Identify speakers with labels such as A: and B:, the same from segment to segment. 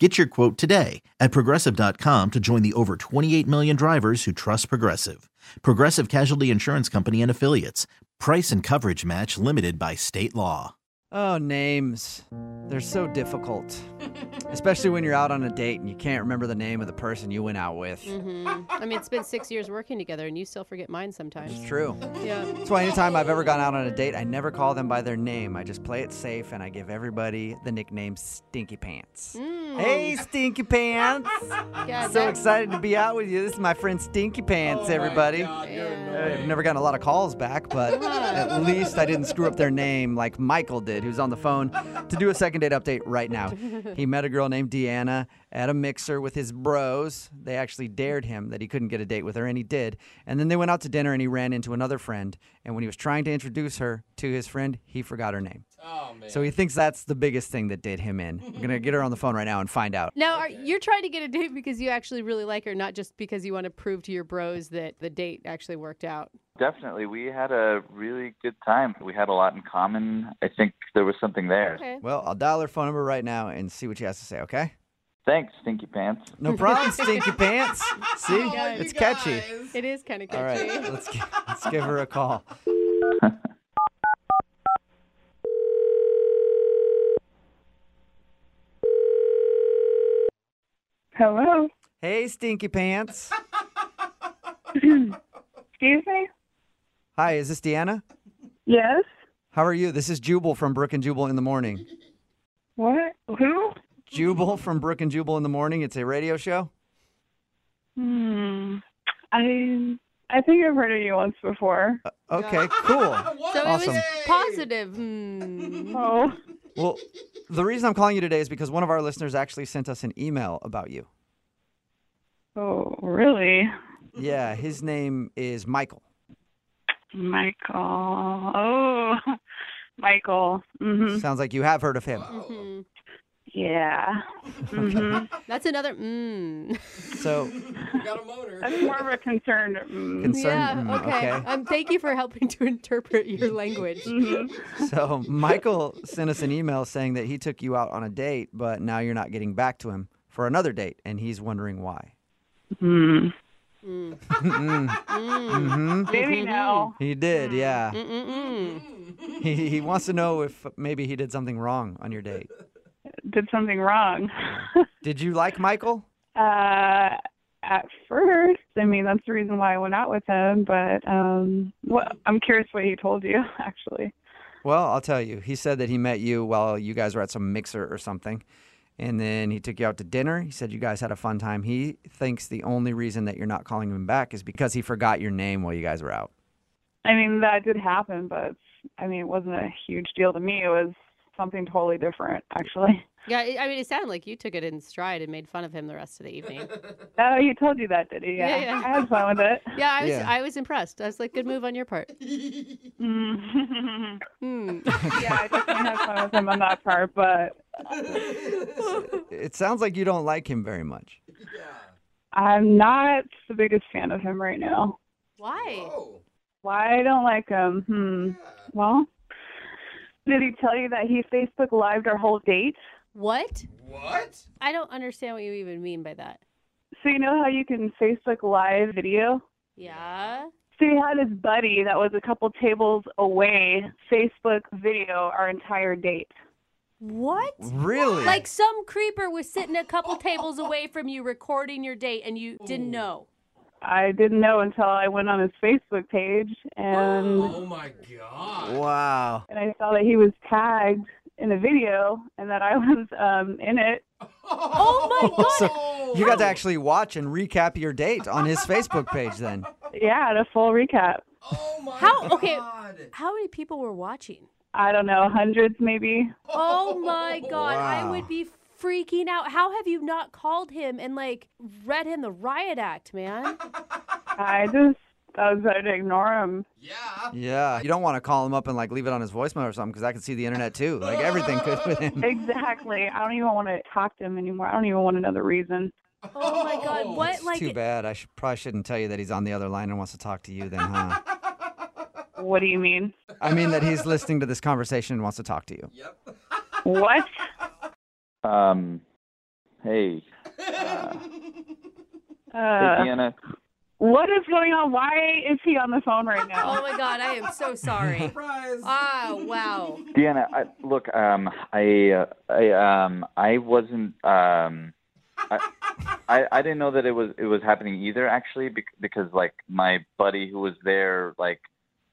A: Get your quote today at progressive.com to join the over 28 million drivers who trust Progressive. Progressive Casualty Insurance Company and Affiliates. Price and coverage match limited by state law.
B: Oh, names. They're so difficult. Especially when you're out on a date and you can't remember the name of the person you went out with.
C: Mm. Mm-hmm. I mean, it's been six years working together, and you still forget mine sometimes.
B: It's true.
C: Yeah.
B: That's why anytime I've ever gone out on a date, I never call them by their name. I just play it safe and I give everybody the nickname Stinky Pants. Hey, Stinky Pants!
C: God,
B: So
C: that-
B: excited to be out with you. This is my friend Stinky Pants, everybody. I've never gotten a lot of calls back, but at least I didn't screw up their name like Michael did, who's on the phone to do a second date update right now. He met a girl named Deanna at a mixer with his bros. They actually dared him that he couldn't get a date with her, and he did. And then they went out to dinner, and he ran into another friend. And when he was trying to introduce her to his friend, he forgot her name. Oh, man. So he thinks that's the biggest thing that did him in. I'm going to get her on the phone right now and find out.
C: Now, are, you're trying to get a date because you actually really like her, not just because you want to prove to your bros that the date actually worked out.
D: Definitely. We had a really good time. We had a lot in common. I think there was something there.
C: Okay.
B: Well, I'll dial her phone number right now and see what she has to say, okay?
D: Thanks, Stinky Pants.
B: No problem, stinky pants. See,
C: God.
B: it's catchy.
C: It is kind of
B: All
C: catchy.
B: right, let's gi- let's give her a call.
E: Hello.
B: Hey, stinky pants.
E: Excuse me?
B: Hi, is this Deanna?
E: Yes.
B: How are you? This is Jubal from Brook and Jubal in the morning.
E: What? Who?
B: Jubal from Brook and Jubal in the morning. It's a radio show.
E: Hmm. I I think I've heard of you once before.
B: Okay, cool.
C: So
B: Awesome.
C: it was positive. Mm.
E: Oh.
B: Well, the reason I'm calling you today is because one of our listeners actually sent us an email about you.
E: Oh, really?
B: Yeah, his name is Michael.
E: Michael. Oh. Michael. Mhm.
B: Sounds like you have heard of him.
C: Mhm.
E: Yeah. Mhm.
C: That's another. Mm.
B: So
E: That's more of a concern. Mm.
B: concerned.
C: Yeah.
B: mm,
C: Okay. Um, thank you for helping to interpret your language.
E: Mhm.
B: So Michael sent us an email saying that he took you out on a date, but now you're not getting back to him for another date, and he's wondering why.
E: Mm.
C: Hmm. Mm.
B: Mm-hmm.
E: Maybe no.
B: He did, yeah.
C: Mm-mm-mm.
B: He, he wants to know if maybe he did something wrong on your date.
E: Did something wrong.
B: Did you like Michael?
E: uh at first, I mean that's the reason why I went out with him, but um what I'm curious what he told you actually.
B: Well, I'll tell you. He said that he met you while you guys were at some mixer or something. And then he took you out to dinner. He said you guys had a fun time. He thinks the only reason that you're not calling him back is because he forgot your name while you guys were out.
E: I mean, that did happen, but it's, I mean, it wasn't a huge deal to me. It was something totally different, actually.
C: Yeah, I- I mean, it sounded like you took it in stride and made fun of him the rest of the evening.
E: Oh, he told you that, did he? Yeah.
C: Yeah, yeah.
E: I had fun with it.
C: Yeah, I was
B: Yeah.
C: I was impressed. I was like, good move on your part.
E: Mm.
C: Hmm.
E: yeah, I definitely had fun with him on that part, but
B: It sounds like you don't like him very much.
E: I'm not the biggest fan of him right now.
C: Why?
E: Why I don't like him? Hmm. Well, did he tell you that he Facebook lived our whole date?
C: What? What? I don't understand what you even mean by that.
E: So you know how you can Facebook live video?
C: Yeah.
E: So he had his buddy that was a couple tables away Facebook video our entire date.
C: What?
B: Really?
C: Like some creeper was sitting a couple tables away from you recording your date and you didn't know.
E: I didn't know until I went on his Facebook page and
F: Oh my god.
B: wow.
E: and I saw that he was tagged in a video and that I was um in it.
C: Oh my god.
B: You got to actually watch and recap your date on his Facebook page then.
E: Yeah, at a full recap.
F: Oh my
C: How- okay.
F: god.
C: How many people were watching?
E: I don't know, hundreds maybe.
C: Oh my god, I
B: Wow.
C: would be freaking out. How have you not called him and like read him the riot act, man?
E: I just I was better to ignore him.
F: Yeah.
B: Yeah, you don't want to call him up and like leave it on his voicemail or something because I could see the internet too. Like everything could with him.
E: Exactly. I don't even want to talk to him anymore. I don't even want another reason.
C: Oh my God! What
B: It's
C: like?
B: too bad. I should, probably shouldn't tell you that he's on the other line and wants to talk to you then, huh?
E: What do you mean?
B: I mean that he's listening to this conversation and wants to talk to you.
F: Yep.
E: What?
D: Um, hey, hey,
E: Uh,
D: Deanna.
E: what is going on? Why is he on the phone right
C: Oh
E: now?
C: my God! I am so sorry.
F: Surprise.
C: Ah, wow.
D: Deanna, I, look, um, I, uh, I, um, I wasn't, um, I, I, I didn't know that it was it was happening either, actually, bec- because like my buddy who was there, like,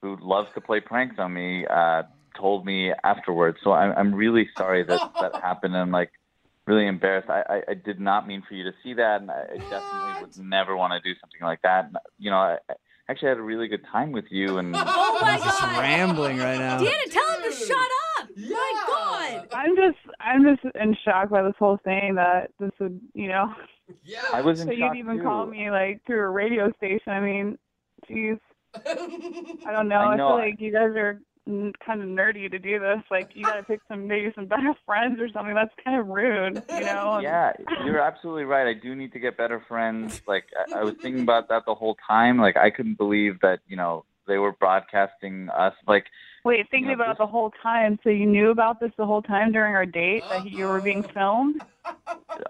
D: who loves to play pranks on me, uh, told me afterwards. So I'm I'm really sorry that that happened, and like, really embarrassed. I, I, I did not mean for you to see that, and I, I definitely would never want to do something like that. And, You know, I, I actually had a really good time with you, and
C: Oh my
B: He's just
C: God!
B: rambling right now.
C: Deanna, tell him to shut up. My God.
E: I'm just, I'm just in shock by this whole thing that this would, you know,
F: Yeah.
D: I was in
E: so
D: shock
E: you'd even
D: too.
E: call me like through a radio station. I mean, geez, I don't know.
D: I
E: I,
D: know.
E: feel like you guys are kind of nerdy to do this. Like, you gotta pick some maybe some better friends or something. That's kind of rude, you know.
D: Yeah, you're absolutely right. I do need to get better friends. Like I, I was thinking about that the whole time. Like I couldn't believe that you know they were broadcasting us. Like
E: Wait, thinking
D: Yeah,
E: about it
D: this-
E: the whole time. So you knew about this the whole time during our date that you were being
D: Uh-huh.
E: filmed,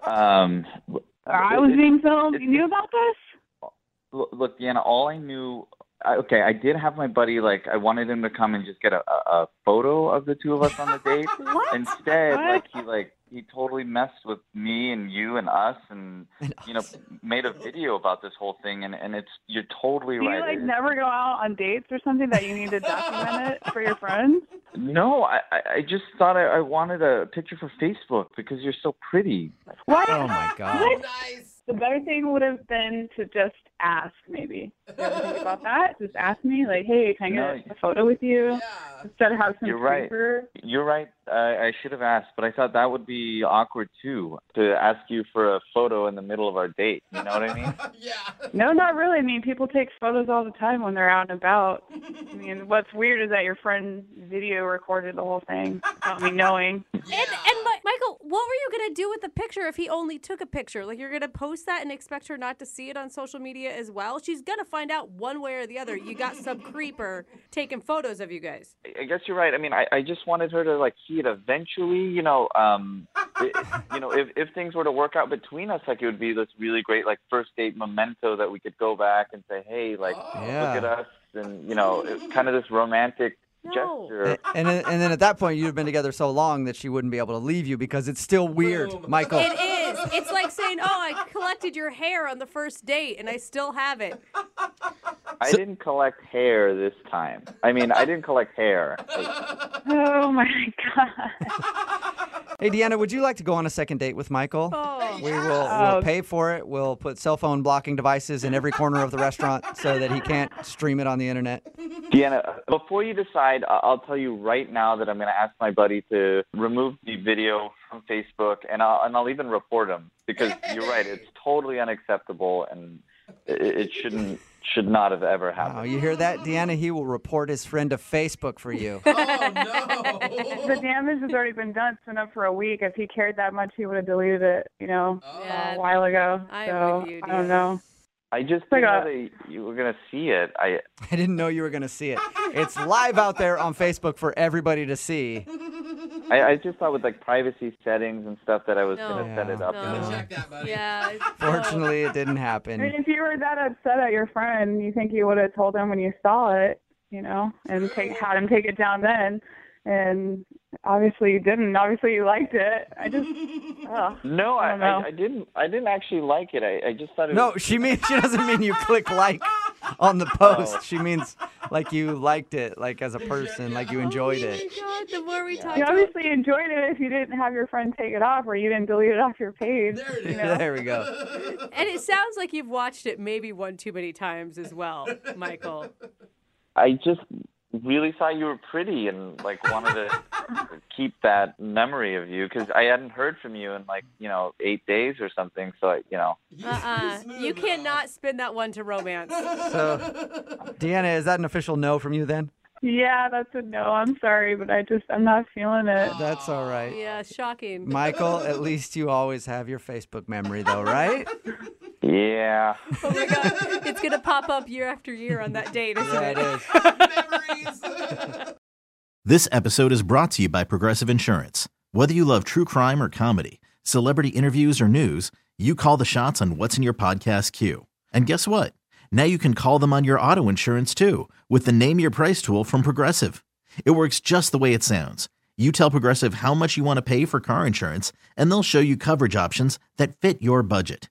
D: um, w-
E: or I was
D: It-
E: being filmed.
D: it-
E: You knew about this?
D: look, look, Deanna. All I knew. I, okay, I did have my buddy. Like I wanted him to come and just get a, a, a photo of the two of us on the date.
C: What?
D: Instead,
E: What?
D: like he like he totally messed with me and you and us and you know made a video about this whole thing. And and it's you're totally
E: Do you
D: right.
E: like
D: It-
E: never go out on dates or something that you need to document it for your friends?
D: No, I, I I just thought I, I wanted a picture for Facebook because you're so pretty.
E: What?
B: Oh my God.
F: Nice.
E: The better thing would have been to just ask, maybe. You ever think about that? Just ask me, like, hey, can I get
D: No.
E: a photo with you?
F: Yeah.
E: Instead of have some
D: You're right.
E: creeper.
D: You're right. I, I should have asked, but I thought that would be awkward too to ask you for a photo in the middle of our date. You know what I mean?
F: Yeah.
E: No, not really. I mean, people take photos all the time when they're out and about. I mean, what's weird is that your friend video recorded the whole thing without me knowing.
C: And, and Mi- Michael, what were you gonna do with the picture if he only took a picture? Like you're gonna post that and expect her not to see it on social media as well? She's gonna find out one way or the other. You got some creeper taking photos of you guys.
D: I- I guess you're right. I mean, I, I just wanted her to like see it eventually. You know, um, i you know, if if things were to work out between us, like it would be this really great like first date memento that we could go back and say, hey, like
F: Oh.
B: Yeah.
D: look at us, and you know, it- kind of this romantic
C: No.
D: gesture.
B: A- And then, and then at that point you'd have been together so long that she wouldn't be able to leave you because it's still weird,
F: Boom.
B: Michael.
C: It is. It's like saying, "Oh, I collected your hair on the first date, and I still have it."
D: I
B: So-
D: didn't collect hair this time. I mean, I didn't collect hair.
E: Oh my god.
B: Hey Deanna, would you like to go on a second date with Michael?
C: Oh,
B: We will we'll
E: Oh.
B: pay for it. We'll put cell phone blocking devices in every corner of the restaurant so that he can't stream it on the internet.
D: Deanna, before you decide, I- I'll tell you right now that I'm going to ask my buddy to remove the video from Facebook, and I'll, and I'll even report him because you're right, it's totally unacceptable, and it, it shouldn't should not have ever
B: Oh,
D: happened.
B: you hear that, Deanna? He will report his friend to Facebook for you.
F: Oh no.
E: the damage has already been done. It's been up for a week. If he cared that much, he would have deleted it, you know,
C: Oh, Yeah.
E: a while ago.
C: I am
E: so
C: with you,
E: I don't
C: Deanna.
E: know.
D: I just didn't know
E: I got-
D: that you were going to see it. I
B: I didn't know you were going to see it. It's live out there on Facebook for everybody to see.
D: I, I just thought with like privacy settings and stuff that I was
C: No.
D: going to set it up.
C: No.
D: And
F: Check that, buddy.
C: yeah. it's-
B: Fortunately, it didn't
E: I mean,
B: happen.
E: if you were that upset at your friend, you think you would have told him when you saw it, you know, and take, had him take it down then. And obviously you didn't. Obviously you liked it. I just, ugh.
D: no, I,
E: don't know.
D: I, I didn't. I didn't actually like it. I, I just thought it
B: No,
D: was
B: she means she doesn't mean you click like on the post. She means like you liked it, like as a person, like you enjoyed
C: oh
B: it.
C: My God, the more we talk,
E: You
C: about it,
E: obviously enjoyed it if you didn't have your friend take it off or you didn't delete it off your page.
F: There it
E: you
F: is.
E: know?
B: There we go.
C: and it sounds like you've watched it maybe one too many times as well, Michael.
D: I just really thought you were pretty and like wanted to keep that memory of you because I hadn't heard from you in like you know eight days or something. So I, you know,
C: Uh-uh. You cannot spin that one to romance.
B: So, Uh, Deanna, is that an official no from you then?
E: Yeah, that's a no. I'm sorry, but I just I'm not feeling it.
B: That's all right.
C: Yeah, shocking.
B: Michael, at least you always have your Facebook memory, though, right?
D: yeah.
C: Oh my god, it's gonna pop up year after year on that date, isn't
B: yeah, it
C: it?
B: is.
A: This episode is brought to you by Progressive Insurance. Whether you love true crime or comedy, celebrity interviews or news, you call the shots on what's in your podcast queue. And guess what? Now you can call them on your auto insurance too with the Name Your Price tool from Progressive. It works just the way it sounds. You tell Progressive how much you want to pay for car insurance, and they'll show you coverage options that fit your budget.